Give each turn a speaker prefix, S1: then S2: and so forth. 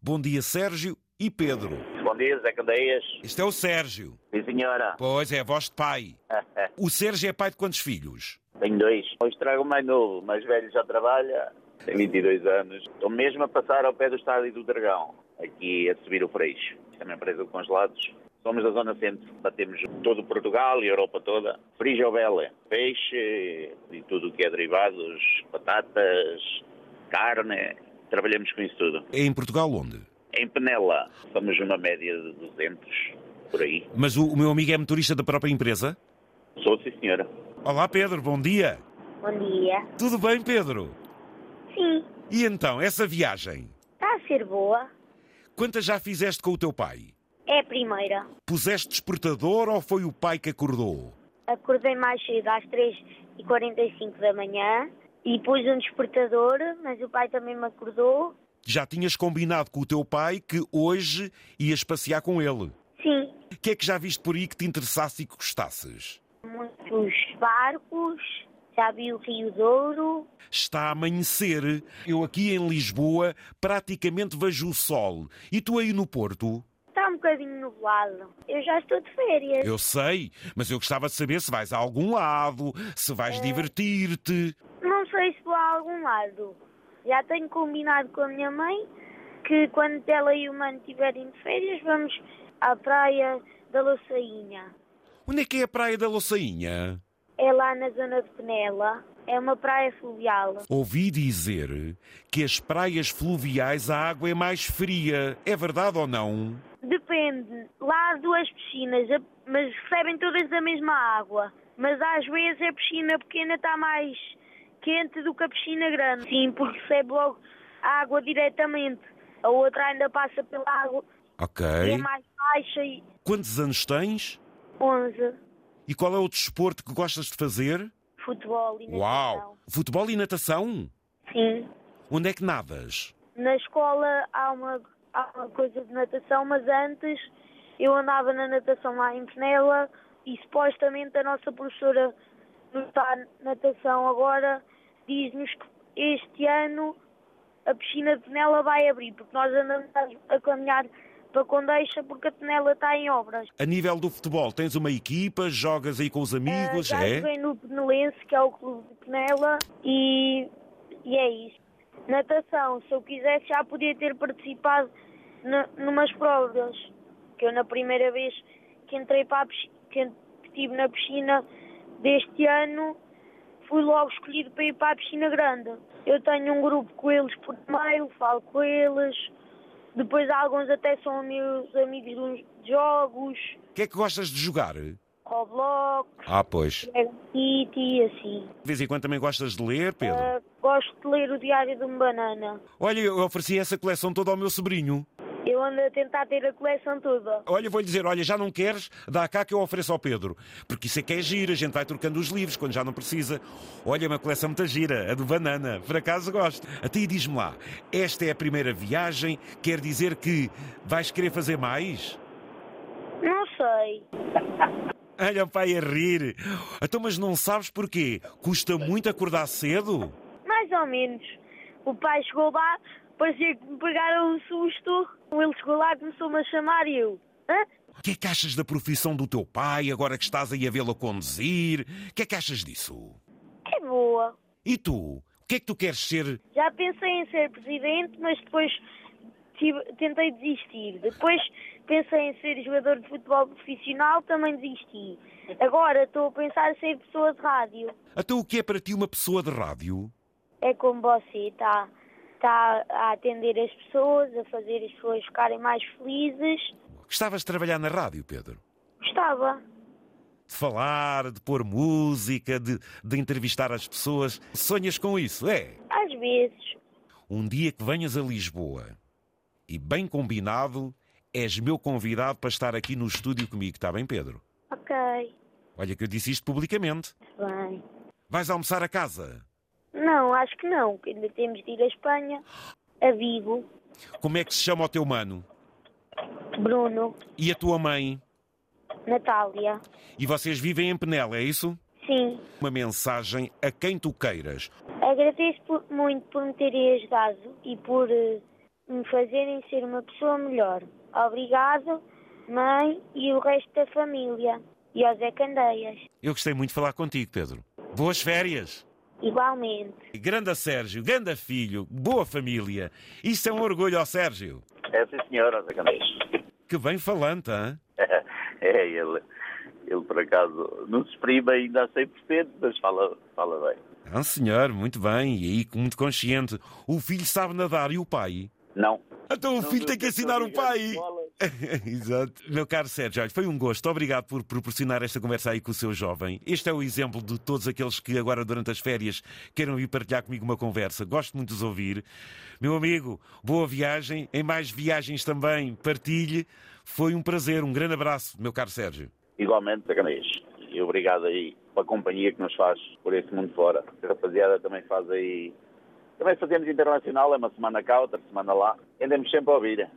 S1: Bom dia, Sérgio e Pedro.
S2: Bom dia, Zé Candeias.
S1: Este é o Sérgio.
S2: Sim, senhora.
S1: Pois é, a voz de pai. O Sérgio é pai de quantos filhos?
S2: Tenho dois. Hoje trago o mais novo, o mais velho já trabalha, tem 22 anos. Estou mesmo a passar ao pé do estádio do Dragão, aqui a subir o freixo. Isto é uma empresa de congelados. Somos da Zona Centro, batemos todo o Portugal e a Europa toda. Frigovela, peixe e tudo o que é derivados, batatas, carne. Trabalhamos com isso tudo.
S1: É em Portugal onde?
S2: Em Penela, somos uma média de 200, por aí.
S1: Mas o, o meu amigo é motorista da própria empresa?
S2: Sou, sim, senhora.
S1: Olá, Pedro, bom dia.
S3: Bom dia.
S1: Tudo bem, Pedro?
S3: Sim,
S1: E então, essa viagem?
S3: está a ser boa.
S1: Quantas já fizeste com o teu pai?
S3: É a primeira.
S1: Puseste despertador ou foi o pai que acordou?
S3: Acordei mais cedo às 3h45 da manhã e pus um despertador, mas o pai também me acordou.
S1: Já tinhas combinado com o teu pai que hoje ias passear com ele.
S3: Sim,
S1: O que é que já viste por aí que te interessasse e que gostasses?
S3: muitos barcos, já vi o Rio Douro.
S1: Está a amanhecer. Eu aqui em Lisboa praticamente vejo o sol. E tu aí no Porto?
S3: Está um bocadinho nublado. Eu já estou de férias.
S1: Eu sei, mas eu gostava de saber se vais a algum lado, se vais divertir-te.
S3: Não sei se vou a algum lado. Já tenho combinado com a minha mãe que quando ela e o mano estiverem de férias, vamos à praia da Louçainha.
S1: Onde é que é a Praia da Louçainha?
S3: É lá na zona de Penela. É uma praia fluvial.
S1: Ouvi dizer que as praias fluviais a água é mais fria. É verdade ou não?
S3: Depende. Lá há duas piscinas, a- mas recebem todas a mesma água. Mas às vezes a piscina pequena está mais quente do que a piscina grande. Sim, porque recebe logo a água diretamente. A outra ainda passa pela água
S1: Ok.
S3: e é mais baixa e
S1: Quantos anos tens?
S3: 11.
S1: E qual é o desporto que gostas de fazer?
S3: Futebol e
S1: Uau!
S3: natação.
S1: Futebol e natação?
S3: Sim.
S1: Onde é que nadas?
S3: Na escola há uma, há uma coisa de natação, mas antes eu andava na natação lá em Penela e supostamente a nossa professora que está na natação agora diz-nos que este ano a piscina de Penela vai abrir, porque nós andamos a caminhar para Condeixa porque a Penela está em obras.
S1: A nível do futebol, tens uma equipa, jogas aí com os
S3: Ah,
S1: amigos,
S3: Já
S1: é?
S3: joguei no Penelense, que é o clube de Penela, e, e é isso. Natação, se eu quisesse já podia ter participado na- numas provas, que eu na primeira vez que entrei para a piscina, que en- que estive na piscina deste ano, fui logo escolhido para ir para a piscina grande. Eu tenho um grupo com eles por mail, falo com eles, depois alguns até são meus amigos de uns jogos,
S1: O que é que gostas de jogar?
S3: Roblox,
S1: Ah, pois.
S3: e e É assim.
S1: De vez em quando também gostas de ler, Pedro?
S3: Ah, gosto de ler o Diário de um Banana.
S1: Olha, eu ofereci essa coleção toda ao meu sobrinho.
S3: Eu ando a tentar ter a coleção toda.
S1: Olha, vou-lhe dizer, olha, já não queres? Dá cá que eu ofereço ao Pedro. Porque isso é que é giro, a gente vai trocando os livros quando já não precisa. Olha, é uma coleção muito gira, a do Banana. Por acaso gosto. A ti diz-me lá, esta é a primeira viagem, quer dizer que vais querer fazer mais?
S3: Não sei.
S1: Olha o pai a rir. Então, mas não sabes porquê? Custa muito acordar cedo?
S3: Mais ou menos. O pai chegou lá, parecia que me pegaram um susto. Ele chegou lá e começou-me a chamar e eu. Hã?
S1: O que é que achas da profissão do teu pai, agora que estás aí a vê-lo conduzir? O que é que achas disso?
S3: É boa.
S1: E tu? O que é que tu queres ser?
S3: Já pensei em ser presidente, mas depois tive- tentei desistir. Depois pensei em ser jogador de futebol profissional, também desisti. Agora estou a pensar em ser pessoa de rádio.
S1: Até o que é para ti uma pessoa de rádio?
S3: É como você está tá a atender as pessoas, a fazer as pessoas ficarem mais felizes.
S1: Gostavas de trabalhar na rádio, Pedro?
S3: Gostava.
S1: De falar, de pôr música, de, de entrevistar as pessoas. Sonhas com isso, é?
S3: Às vezes.
S1: Um dia que venhas a Lisboa e bem combinado, és meu convidado para estar aqui no estúdio comigo, está bem, Pedro?
S3: Ok.
S1: Olha que eu disse isto publicamente.
S3: Bem.
S1: Vais almoçar a casa?
S3: Não, acho que não. que Ainda temos de ir à Espanha. A Vigo.
S1: Como é que se chama o teu mano?
S3: Bruno.
S1: E a tua mãe?
S3: Natália.
S1: E vocês vivem em Penela, é isso?
S3: Sim.
S1: Uma mensagem a quem tu queiras.
S3: Agradeço por- muito por me terem ajudado e por eh, me fazerem ser uma pessoa melhor. Obrigado, mãe e o resto da família. E ao Zé Candeias,
S1: Eu gostei muito de falar contigo, Pedro. Boas férias!
S3: igualmente.
S1: Grande Sérgio, grande filho, boa família. Isso é um orgulho ao Sérgio.
S2: É sim senhora, Zé Candeias.
S1: Que bem falante, hã?
S2: É, ele, ele por acaso não se exprime ainda a 100%, mas fala, fala bem.
S1: Ah, senhor, muito bem, e aí muito consciente. O filho sabe nadar e o pai?
S2: Não.
S1: Então o
S2: Não, é
S1: filho
S2: não,
S1: tem que
S2: não
S1: ensinar o
S2: liga às
S1: pai.
S2: escolas.
S1: Exato. Meu caro Sérgio, olha, foi um gosto. Obrigado por proporcionar esta conversa aí com o seu jovem. Este é o exemplo de todos aqueles que agora, durante as férias, queiram ir partilhar comigo uma conversa. Gosto muito de os ouvir. Meu amigo, boa viagem. Em mais viagens também, partilhe. Foi um prazer. Um grande abraço, meu caro Sérgio.
S2: Igualmente, Zé Candeias. E obrigado aí pela companhia que nos faz por esse mundo fora. A rapaziada também faz aí. Também fazemos internacional, é uma semana cá, outra semana lá. Andamos sempre a ouvir.